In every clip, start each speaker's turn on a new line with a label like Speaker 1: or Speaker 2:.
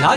Speaker 1: ラ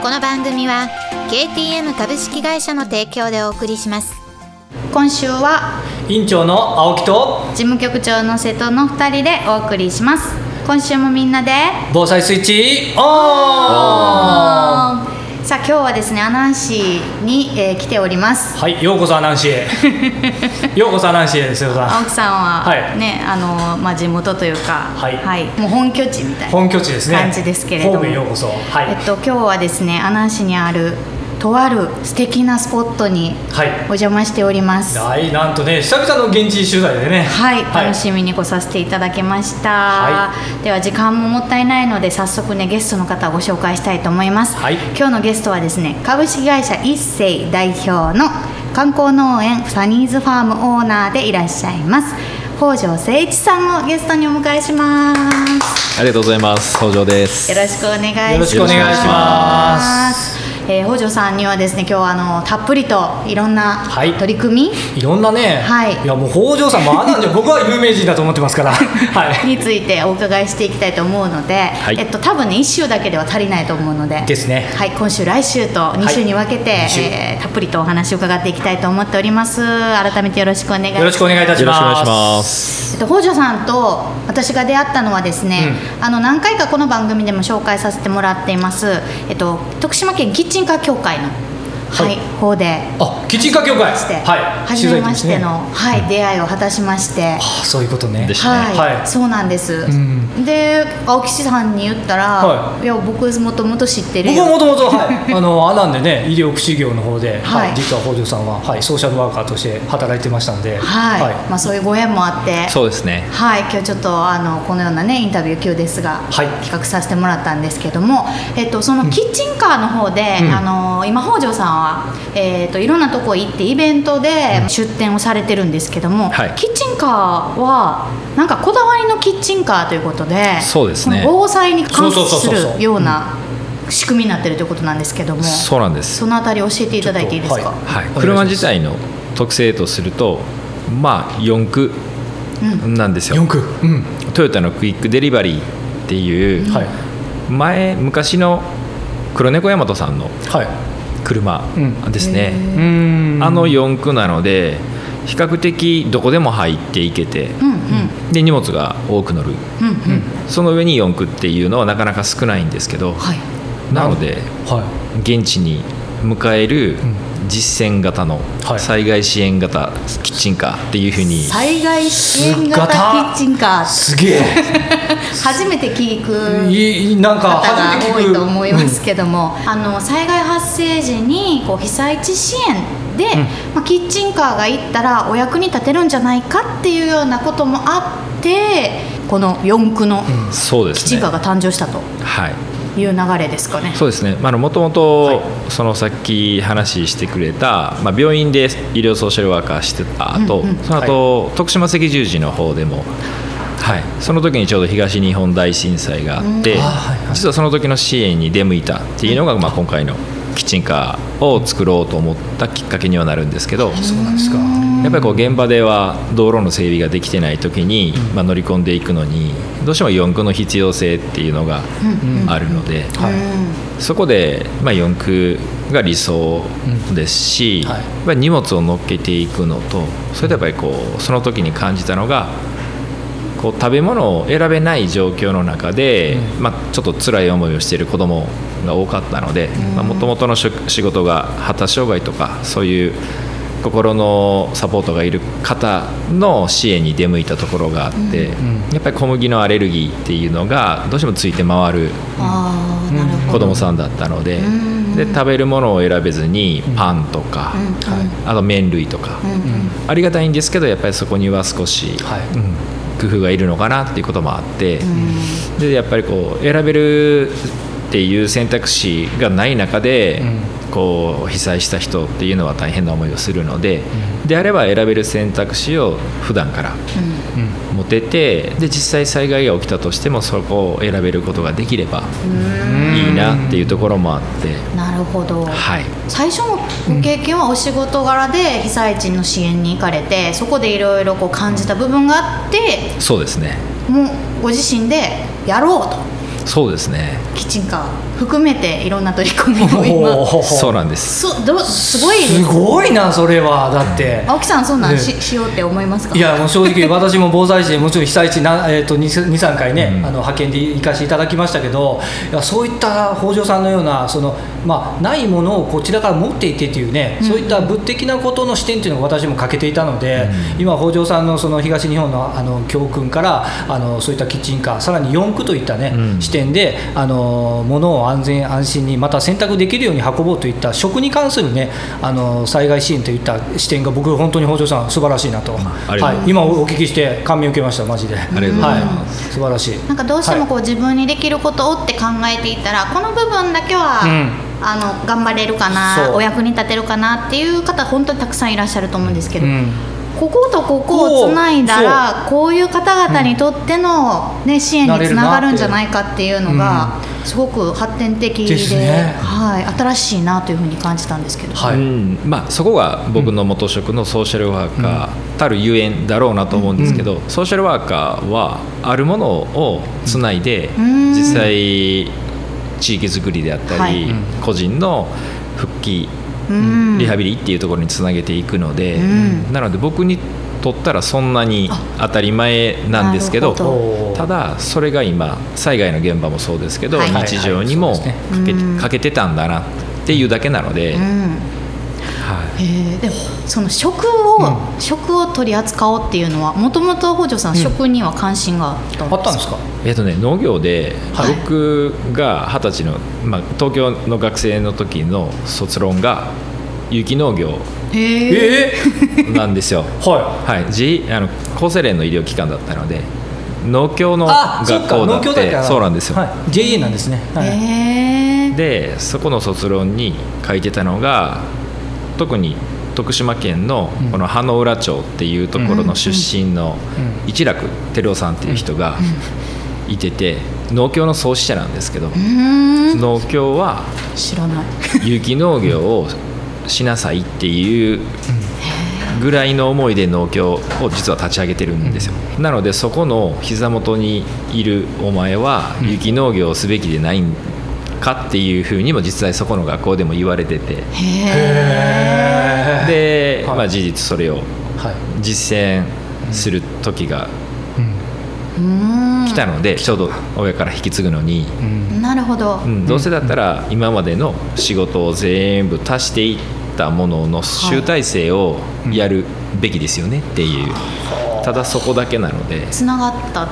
Speaker 2: この番組は KTM 株式会社の提供でお送りします
Speaker 3: 今週は
Speaker 1: 委員長の青木と
Speaker 3: 事務局長の瀬戸の2人でお送りします今週もみんなで
Speaker 1: 防災スイッチオン
Speaker 3: さあ今日はですね阿南市に、えー来ております
Speaker 1: はいようこそアナウンシ エようこそアナウンシエですよさ
Speaker 3: 青
Speaker 1: ん
Speaker 3: 木さんは、
Speaker 1: はい
Speaker 3: ねあのまあ地元というか、
Speaker 1: はい
Speaker 3: もう本拠地みたいな
Speaker 1: 本拠地ですね
Speaker 3: 感じですけれども
Speaker 1: 神戸へようこそはい、
Speaker 3: えっと今日はですね阿南市にあるとある素敵なスポットにお
Speaker 1: は
Speaker 3: 邪魔しております。はい
Speaker 1: はいなんとね久々の現地取材でね
Speaker 3: 楽しみに来させていただきました、
Speaker 1: は
Speaker 3: では時間ももったいないので早速ねゲストの方をご紹介したいと思います、
Speaker 1: はい
Speaker 3: 今日のゲストはですね株式会社一世代表の観光農園サニーズファームオーナーでいらっしゃいます北条誠一さんをゲストにお迎えします
Speaker 4: ありがとうございます。北条です。
Speaker 3: よろしくお願いします。。
Speaker 1: よろしくお願いします
Speaker 3: えー、北条さんにはですね、今日はあのたっぷりといろんな
Speaker 1: はい
Speaker 3: 取り組
Speaker 1: いろんなね、
Speaker 3: はい
Speaker 1: やもう北条さんもあなんじゃ僕は有名人だと思ってます からはい
Speaker 3: みについてお伺いしていきたいと思うので、
Speaker 4: い
Speaker 3: えっと多分ね一週だけでは足りないと思うので、
Speaker 1: ですね
Speaker 3: はい、今週来週と二週に分けて、
Speaker 1: 二週
Speaker 3: えーたっぷりとお話を伺っていきたいと思っております。改めてよろしくお願いします。
Speaker 1: よろしくお願いいたします
Speaker 4: よろしくお願いします。
Speaker 3: えっと、北条さんと私が出会ったのはですね、あの何回かこの番組でも紹介させてもらっています、えっと、徳島県キッチンカー協会の、はい
Speaker 1: はい
Speaker 3: 方で
Speaker 1: あキッチンカー協会
Speaker 3: して、
Speaker 1: はい
Speaker 3: 初めまして
Speaker 1: 取材ですね
Speaker 3: の、はい、出会いを果たしまして。
Speaker 1: あそういうことね
Speaker 4: でし
Speaker 3: はい、
Speaker 1: はい
Speaker 3: そうなんです、
Speaker 1: ん
Speaker 3: で青木さんに言ったら「、
Speaker 1: はい
Speaker 3: や僕もともと知ってる
Speaker 1: 僕
Speaker 3: よ
Speaker 1: は」もともとはいあのアナンでね医療福祉業の方で、
Speaker 3: は
Speaker 1: はいい実は北条さんは、はい、ソーシャルワーカーとして働いてましたんで
Speaker 3: はい
Speaker 1: はい
Speaker 3: まあ、そういうご縁もあって
Speaker 4: そうですね。
Speaker 3: はい、今日ちょっとあのこのようなねインタビュー急ですが、
Speaker 1: はい
Speaker 3: 企画させてもらったんですけども、えっとそのキッチンカーの方で、
Speaker 1: うん
Speaker 3: あの今北条さんはえっといろんなとこ行ってイベントで出店をされてるんですけども、
Speaker 4: はい
Speaker 3: キッチンカーはなんかこだわりのキッチンカーということで、
Speaker 4: そうですね
Speaker 3: この防災に関
Speaker 1: そうそう
Speaker 3: す
Speaker 1: そうそうそう
Speaker 3: るような仕組みになってるということなんですけども、
Speaker 4: そうなんです
Speaker 3: そ。のあたり教えていただいていいですか。
Speaker 1: ちょっとお願
Speaker 4: はい
Speaker 1: いしま。す
Speaker 4: 車自体の特性とすると、まあ四駆なんですよ
Speaker 1: 四。区うん
Speaker 4: トヨタのクイックデリバリーっていう、
Speaker 1: はい
Speaker 4: 前昔の黒猫ヤマトさんの
Speaker 1: はい
Speaker 4: 車
Speaker 1: うん
Speaker 4: ですね。
Speaker 1: うーん
Speaker 4: あの四駆なので、比較的どこでも入っていけて、
Speaker 3: うんうん
Speaker 4: で荷物が多く乗る。
Speaker 3: うんうん
Speaker 4: その上に四駆っていうのはなかなか少ないんですけど、
Speaker 3: はい。
Speaker 4: なので。
Speaker 1: は
Speaker 4: 現地に迎える
Speaker 1: ん
Speaker 4: 実践型の
Speaker 1: はい
Speaker 4: 災害支援型キッチンカーっていうふうに、
Speaker 3: 災害支援型キッチンカー
Speaker 1: いすげえ
Speaker 3: 初めて聞く
Speaker 1: いいなんか
Speaker 3: 方が
Speaker 1: 初めて聞
Speaker 3: 多
Speaker 1: く
Speaker 3: いと思いますけども、あの災害発生時にこう被災地支援で、まあ、キッチンカーが行ったらお役に立てるんじゃないかっていうようなこともあってこの四駆の
Speaker 4: そうで
Speaker 3: キッ
Speaker 4: す
Speaker 3: チン
Speaker 4: ね
Speaker 3: カーが誕生したと
Speaker 4: はい
Speaker 3: いう流れですかね。
Speaker 4: そうですねもともとそのさっき話してくれた、まあ、病院で医療ソーシャルワーカーしてた後、
Speaker 3: うんうん
Speaker 4: その後、徳島赤十字の方でもはい、その時にちょうど東日本大震災があって、
Speaker 1: うんあはいはい
Speaker 4: 実はその時の支援に出向いたっていうのが、まあ、今回のキッチンカーを作ろうと思ったきっかけにはなるんですけど、
Speaker 1: そうなんですか
Speaker 4: やっぱりこう現場では道路の整備ができてない時に、まあ、乗り込んでいくのにどうしても四駆の必要性っていうのがあるので、
Speaker 1: はい
Speaker 4: そこで、まあ、四駆が理想ですし、
Speaker 1: うんはい
Speaker 4: やっぱり荷物を乗っけていくのとそれとやっぱりこうその時に感じたのがこう食べ物を選べない状況の中で、まあ、ちょっと辛い思いをしている子どもが多かったのでもともとの職仕事が発達障害とかそういう心のサポートがいる方の支援に出向いたところがあって、やっぱり小麦のアレルギーっていうのがどうしてもついて回る
Speaker 3: あーなるほ
Speaker 4: 子
Speaker 3: ど
Speaker 4: 供さんだったので,、
Speaker 3: ん
Speaker 4: で食べるものを選べずにパンとか、
Speaker 3: うんうん
Speaker 4: あと麺類とか、ありがたいんですけどやっぱりそこには少し、
Speaker 1: はい
Speaker 4: うん工夫がいるのかなっていうこともあって、でやっぱりこう選べるっていう選択肢がない中で、こう被災した人っていうのは大変な思いをするので、であれば選べる選択肢を普段から持ててで実際災害が起きたとしてもそこを選べることができればいいなっていうところもあって、
Speaker 3: なるほど、
Speaker 4: はい、
Speaker 3: 最初のご経験はお仕事柄で被災地の支援に行かれてそこでいろいろこう感じた部分があって
Speaker 4: そうですね
Speaker 3: もうご自身でやろうと
Speaker 4: そうですね
Speaker 3: キッチンカー含めていろんな取り組みを今
Speaker 1: おー
Speaker 4: そうなんです
Speaker 3: そうどうすごいです
Speaker 1: すごいなそれはだって
Speaker 3: 青木さんそんなんし,、
Speaker 1: ね
Speaker 3: しようって思いますか
Speaker 1: いやもう正直私も防災士もちろん被災地な、 えー、と23回ね、あ
Speaker 4: うん
Speaker 1: の派遣で行かせていただきましたけどいやそういった北条さんのようなその、まあ、ないものをこちらから持っていてっていうね、そういった物的なことの視点っていうのが私も欠けていたので、今北条さんのその東日本のあの教訓からあのそういったキッチンカーさらに4区といった、ね
Speaker 4: うん
Speaker 1: 視点であの物を安全安心にまた選択できるように運ぼうといった食に関する、ね、あの災害支援といった視点が僕本当に北条さん素晴らしいなと。
Speaker 4: ありがとうございます
Speaker 1: はい、今お聞きして感銘受けましたマジであ
Speaker 4: りがとうございます
Speaker 1: はい、素晴らしい
Speaker 3: なんかどうしてもこう自分にできることをって考えていたら、この部分だけは、
Speaker 1: うん
Speaker 3: あの頑張れるか
Speaker 1: そ
Speaker 3: な
Speaker 1: う
Speaker 3: お役に立てるかなっていう方本当にたくさんいらっしゃると思うんですけど、
Speaker 1: うん
Speaker 3: こことここをつないだらこういう方々にとっての、ね支援につながるんじゃないかっていうのが、すごく発展的で
Speaker 1: ですね
Speaker 3: はい、新しいなというふうに感じたんですけど。
Speaker 1: はい
Speaker 4: うんまあ、そこが僕の元職のソーシャルワーカーたるゆえんだろうなと思うんですけど、ソーシャルワーカーはあるものをつないで、
Speaker 3: ん
Speaker 4: 実際地域づくりであったり、
Speaker 3: はい
Speaker 4: 個人の復帰
Speaker 3: うん
Speaker 4: リハビリっていうところにつなげていくので、
Speaker 3: うん
Speaker 4: なので僕にとったらそんなに当たり前なんですけど
Speaker 3: なるほど
Speaker 1: おー
Speaker 4: ただそれが今災害の現場もそうですけど、
Speaker 3: はい
Speaker 4: 日常にも
Speaker 1: はい
Speaker 4: か
Speaker 1: はい
Speaker 3: そう
Speaker 4: け,、
Speaker 3: ですねうん
Speaker 4: かけてたんだなっていうだけなので、
Speaker 3: うん
Speaker 4: はい
Speaker 3: へえでもその食を、食を取り扱おうっていうのはもともと北条さん、食には関心があったん
Speaker 1: あ
Speaker 3: で
Speaker 1: ったん
Speaker 3: す
Speaker 1: ですか
Speaker 4: えっとね、農業で
Speaker 1: はい
Speaker 4: 僕が二十歳の、まあ、東京の学生の時の卒論が有機農業
Speaker 3: へえ
Speaker 1: え
Speaker 4: なんですよ、
Speaker 1: え は
Speaker 4: はい、自あの厚生連の医療機関だったので農協の
Speaker 1: いあそっ
Speaker 4: 学
Speaker 1: か
Speaker 4: 校だ
Speaker 1: 農
Speaker 4: っ
Speaker 1: 協だってた
Speaker 4: そうなんですよ、
Speaker 1: はい JA なんですね、はい
Speaker 3: へえ
Speaker 4: でそこの卒論に書いてたのが特に徳島県のこの羽野浦町っていうところの出身の一楽照夫さんっていう人がいてて農協の創始者なんですけど、
Speaker 3: うーん
Speaker 4: 農協は
Speaker 3: 知らない
Speaker 4: 有機農業をしなさいっていうぐらいの思いで農協を実は立ち上げてるんですよなのでそこの膝元にいるお前は有機農業をすべきでないんかっていうふうにも実際そこの学校でも言われてて
Speaker 3: へえ
Speaker 1: へえ
Speaker 4: で、
Speaker 1: はい
Speaker 4: まあ、事実それを
Speaker 1: はい
Speaker 4: 実践する時が
Speaker 3: うーん
Speaker 4: 来たのでちょうど親から引き継ぐのに。
Speaker 1: うん
Speaker 3: なるほど、
Speaker 4: うん、どうせだったら今までの仕事を全部足していったものの集大成をやるべきですよねっていうただそこだけなので
Speaker 3: つながった、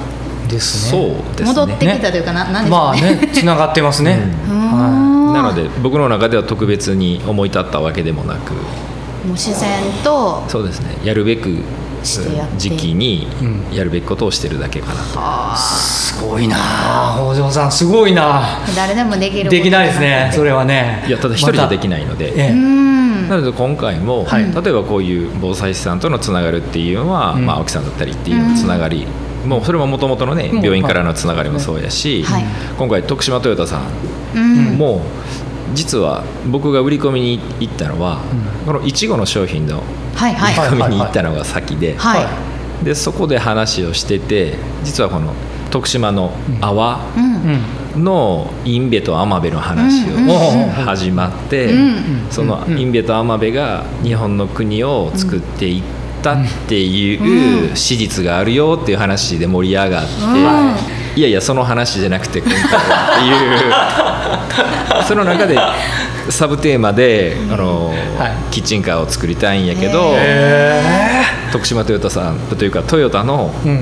Speaker 1: です
Speaker 4: そう
Speaker 1: ね
Speaker 4: です
Speaker 3: 戻って
Speaker 4: ね
Speaker 3: きたというかな何でしょ
Speaker 1: ま
Speaker 3: う
Speaker 1: あ
Speaker 3: ね,、
Speaker 1: ねつながってますね、
Speaker 3: うー
Speaker 1: は
Speaker 3: ん
Speaker 4: なので僕の中では特別に思い立ったわけでもなく
Speaker 3: もう自然と
Speaker 4: そうですねやるべく
Speaker 3: してやって
Speaker 4: 時期に
Speaker 1: うん
Speaker 4: やるべきことをしてるだけかなと
Speaker 1: いすごいなあ北条さんすごいな
Speaker 3: 誰でもできる
Speaker 1: できないですねそれ
Speaker 3: は
Speaker 1: はね
Speaker 4: いやただ一人じゃでき
Speaker 1: ない、
Speaker 4: ないので、
Speaker 1: またえ
Speaker 3: う
Speaker 1: え
Speaker 3: ーん
Speaker 4: なので今回も、例えばこういう防災士さんとのつながるっていうのは、
Speaker 1: うん
Speaker 4: まあ、青木さんだったりっていうつながり、もうそれももともとのね
Speaker 1: うん
Speaker 4: 病院からのつながりもそうやし、
Speaker 3: はい
Speaker 4: 今回徳島トヨタさ
Speaker 3: うん
Speaker 4: んも実は僕が売り込みに行ったのは、このいちごの商品の
Speaker 3: はいはい
Speaker 4: 売
Speaker 3: は
Speaker 4: り
Speaker 3: い、
Speaker 1: は
Speaker 4: 込みに行ったのが先で,、でそこで話をしてて実はこの徳島の泡
Speaker 3: うん
Speaker 1: うん
Speaker 4: のインベとアマベの話を
Speaker 3: うん
Speaker 1: うんうん
Speaker 4: 始まって、
Speaker 3: うん
Speaker 4: そのインベとアマベが日本の国を作っていったっていう史実があるよっていう話で盛り上がって、いやいやその話じゃなくて今回はっ ていうその中でサブテーマであの、
Speaker 1: は
Speaker 4: キッチンカーを作りたいんやけど、
Speaker 1: え
Speaker 4: 徳島トヨタさんというかトヨタの
Speaker 1: えう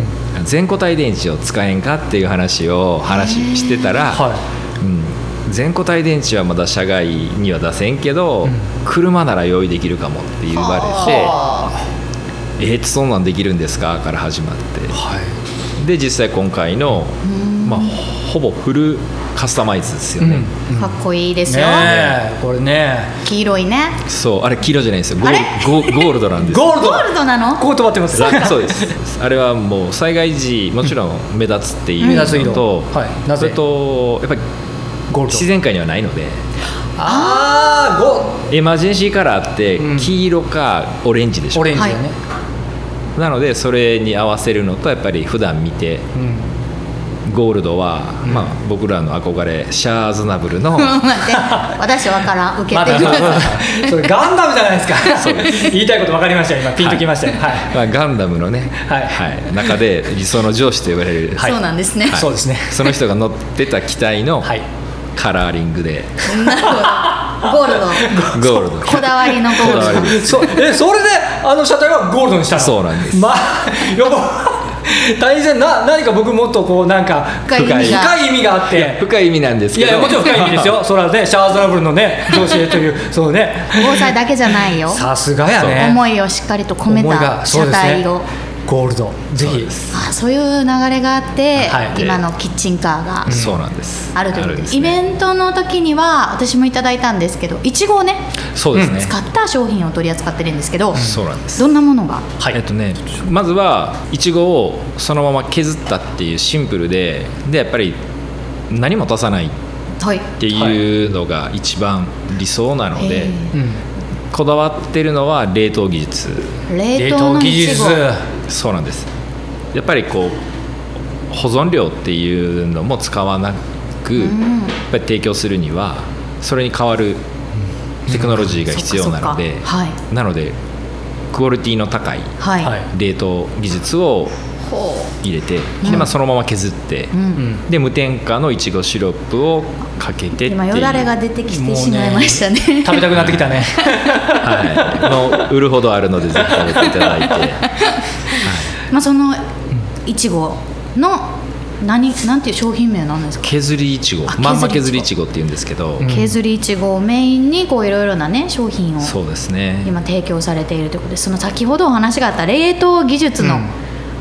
Speaker 1: ん
Speaker 4: 全固体電池を使えんかっていう話を話してたら。
Speaker 1: は
Speaker 4: うん、全固体電池はまだ社外には出せんけど、車なら用意できるかもって言われて「えー、そんなんできるんですか?」から始まって
Speaker 1: いはい
Speaker 4: で実際今回の、まあ、ほぼフルカスタマイズですよね、
Speaker 3: かっこいいです
Speaker 1: ね
Speaker 3: よ、
Speaker 1: えこれね
Speaker 3: 黄色いね
Speaker 4: そうあれ黄色じゃないんですよゴールゴーゴールドなんです
Speaker 1: ゴールド
Speaker 3: ゴールドなの
Speaker 1: ここ止まってます
Speaker 4: ざそうですあれはもう災害時もちろん目立つって
Speaker 1: 目
Speaker 4: い
Speaker 1: 立つ
Speaker 4: う
Speaker 1: 色
Speaker 4: のと、
Speaker 1: はいなぜ
Speaker 4: それとやっぱり
Speaker 1: ゴールド
Speaker 4: 自然界にはないので
Speaker 1: ああ
Speaker 4: エマージェンシーカラーって
Speaker 1: うん
Speaker 4: 黄色かオレンジでし
Speaker 1: オ
Speaker 4: ょ、
Speaker 1: レンジだよね、
Speaker 4: なのでそれに合わせるのとやっぱり普段見て
Speaker 1: うん
Speaker 4: ゴールドは、
Speaker 1: ん
Speaker 4: まあ、僕らの憧れシャーズナブル の
Speaker 3: 待 って私わからん受け
Speaker 1: ま
Speaker 3: て
Speaker 1: だ
Speaker 3: くだ
Speaker 1: まだ
Speaker 3: さ い
Speaker 1: それガンダムじゃないですか言いたいこと分かりました今ピンときましたよはい、
Speaker 4: まあ、ガンダムのね、
Speaker 1: はい
Speaker 4: 中で理想の上司と呼ばれる、
Speaker 1: はい
Speaker 3: そうなんですね、
Speaker 4: はい
Speaker 1: そうですね
Speaker 4: その人が乗ってた機体の
Speaker 1: はい
Speaker 4: カラーリングで
Speaker 3: なるほどゴールド
Speaker 4: ゴールド
Speaker 3: こだわりのゴール
Speaker 4: こだわり
Speaker 3: ド
Speaker 4: です
Speaker 1: そえそれであの車体はゴールドにしたの
Speaker 4: そうなんです
Speaker 1: まあよく大変な何か僕もっとこうなんか
Speaker 3: 深い意味が
Speaker 1: 深い意味があって
Speaker 4: 深い意味なんです
Speaker 1: い
Speaker 4: け
Speaker 1: や
Speaker 4: ど
Speaker 1: いやもちろん深い意味ですよそれはねシャーズラブルのね上司へというそうね
Speaker 3: 防災だけじゃないよ
Speaker 1: さすがやね
Speaker 3: 思いをしっかりと込め
Speaker 1: 思い
Speaker 3: た
Speaker 1: がそう
Speaker 3: 車
Speaker 1: ですね
Speaker 3: 体を
Speaker 1: ゴールドぜひ
Speaker 3: あそういう流れがあって、
Speaker 1: はい
Speaker 3: 今のキッチンカーが
Speaker 4: そうなんです
Speaker 3: あるということ
Speaker 4: ん
Speaker 3: で、
Speaker 4: ですす
Speaker 3: イ
Speaker 4: ね
Speaker 3: ベントの時には私もいただいたんですけどいちごをね
Speaker 4: そうですね、
Speaker 3: 使った商品を取り扱ってるんですけど、
Speaker 4: そうなんです
Speaker 3: どんなものが
Speaker 1: はい
Speaker 4: えっとね、まずはいちごをそのまま削ったっていうシンプルででやっぱり何も足さないっ
Speaker 3: はい
Speaker 4: ていうのが一番理想なの
Speaker 3: え
Speaker 4: で、
Speaker 1: うん
Speaker 4: こだわってるのは冷凍技術
Speaker 3: ー冷
Speaker 1: 冷
Speaker 3: 凍
Speaker 1: 凍
Speaker 3: の
Speaker 1: 技
Speaker 3: いち
Speaker 1: 術
Speaker 3: ご
Speaker 4: そうなんですやっぱりこう保存料っていうのも使わなく、
Speaker 3: ん
Speaker 4: やっぱり提供するにはそれに代わるテクノロジーが必要なので、
Speaker 3: そっかそっかは
Speaker 4: なのでクオリティの高い
Speaker 3: はい、
Speaker 1: はい
Speaker 4: 冷凍技術を
Speaker 3: ほ
Speaker 4: 入れて、でまあ、そのまま削って、
Speaker 3: う、う、
Speaker 1: うんん
Speaker 4: で無添加のいちごシロップをかけてっていう
Speaker 3: 今よだれが出てきてしまいましたね
Speaker 1: 食べたくなってきた ね
Speaker 4: はい、の売るほどあるのでぜひ食べていただいて
Speaker 3: まあそのいちごの何なんていう商品名なんですか
Speaker 4: 削りいちご
Speaker 3: あ
Speaker 4: まんま
Speaker 3: 削
Speaker 4: 削
Speaker 3: り
Speaker 4: り
Speaker 3: い
Speaker 4: い
Speaker 3: ち
Speaker 4: ちごっていうんですけど、
Speaker 1: ん
Speaker 3: 削りいちごをメインにこういろいろなね商品を
Speaker 4: そうですね
Speaker 3: 今提供されているということでその先ほどお話があった冷凍技術の
Speaker 1: うん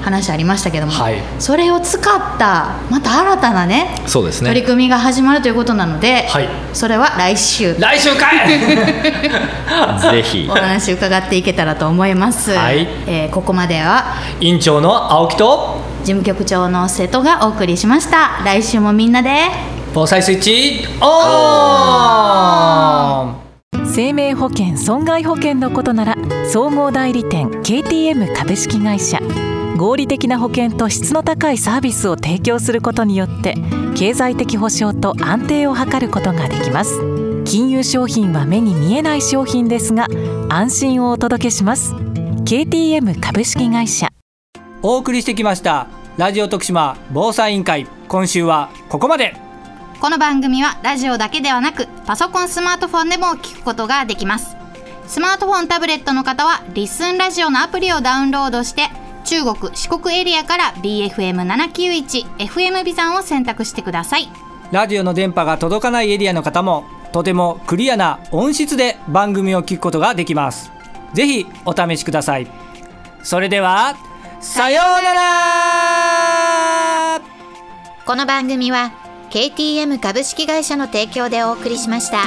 Speaker 3: 話ありましたけども、
Speaker 1: はい
Speaker 3: それを使ったまた新たなね
Speaker 4: そうですね
Speaker 3: 取り組みが始まるということなので、
Speaker 1: はい
Speaker 3: それは来週
Speaker 1: 来週かい
Speaker 4: ぜひ
Speaker 3: お話伺っていけたらと思います、
Speaker 1: はい
Speaker 3: えーここまでは
Speaker 1: 院長の青木と
Speaker 3: 事務局長の瀬戸がお送りしました来週もみんなで
Speaker 1: 防災スイッチオン
Speaker 5: 生命保険損害保険のことなら総合代理店 KTM 株式会社合理的な保険と質の高いサービスを提供することによって経済的保障と安定を図ることができます金融商品は目に見えない商品ですが安心をお届けします KTM 株式会社
Speaker 1: お送りしてきましたラジオ徳島防災委員会今週はここまで
Speaker 3: この番組はラジオだけではなくパソコンスマートフォンでも聞くことができますスマートフォンタブレットの方はリスンラジオのアプリをダウンロードして中国四国エリアから BFM791FM ビザンを選択してください
Speaker 1: ラジオの電波が届かないエリアの方もとてもクリアな音質で番組を聞くことができますぜひお試しくださいそれではさようなら
Speaker 2: この番組は KTM 株式会社の提供でお送りしました。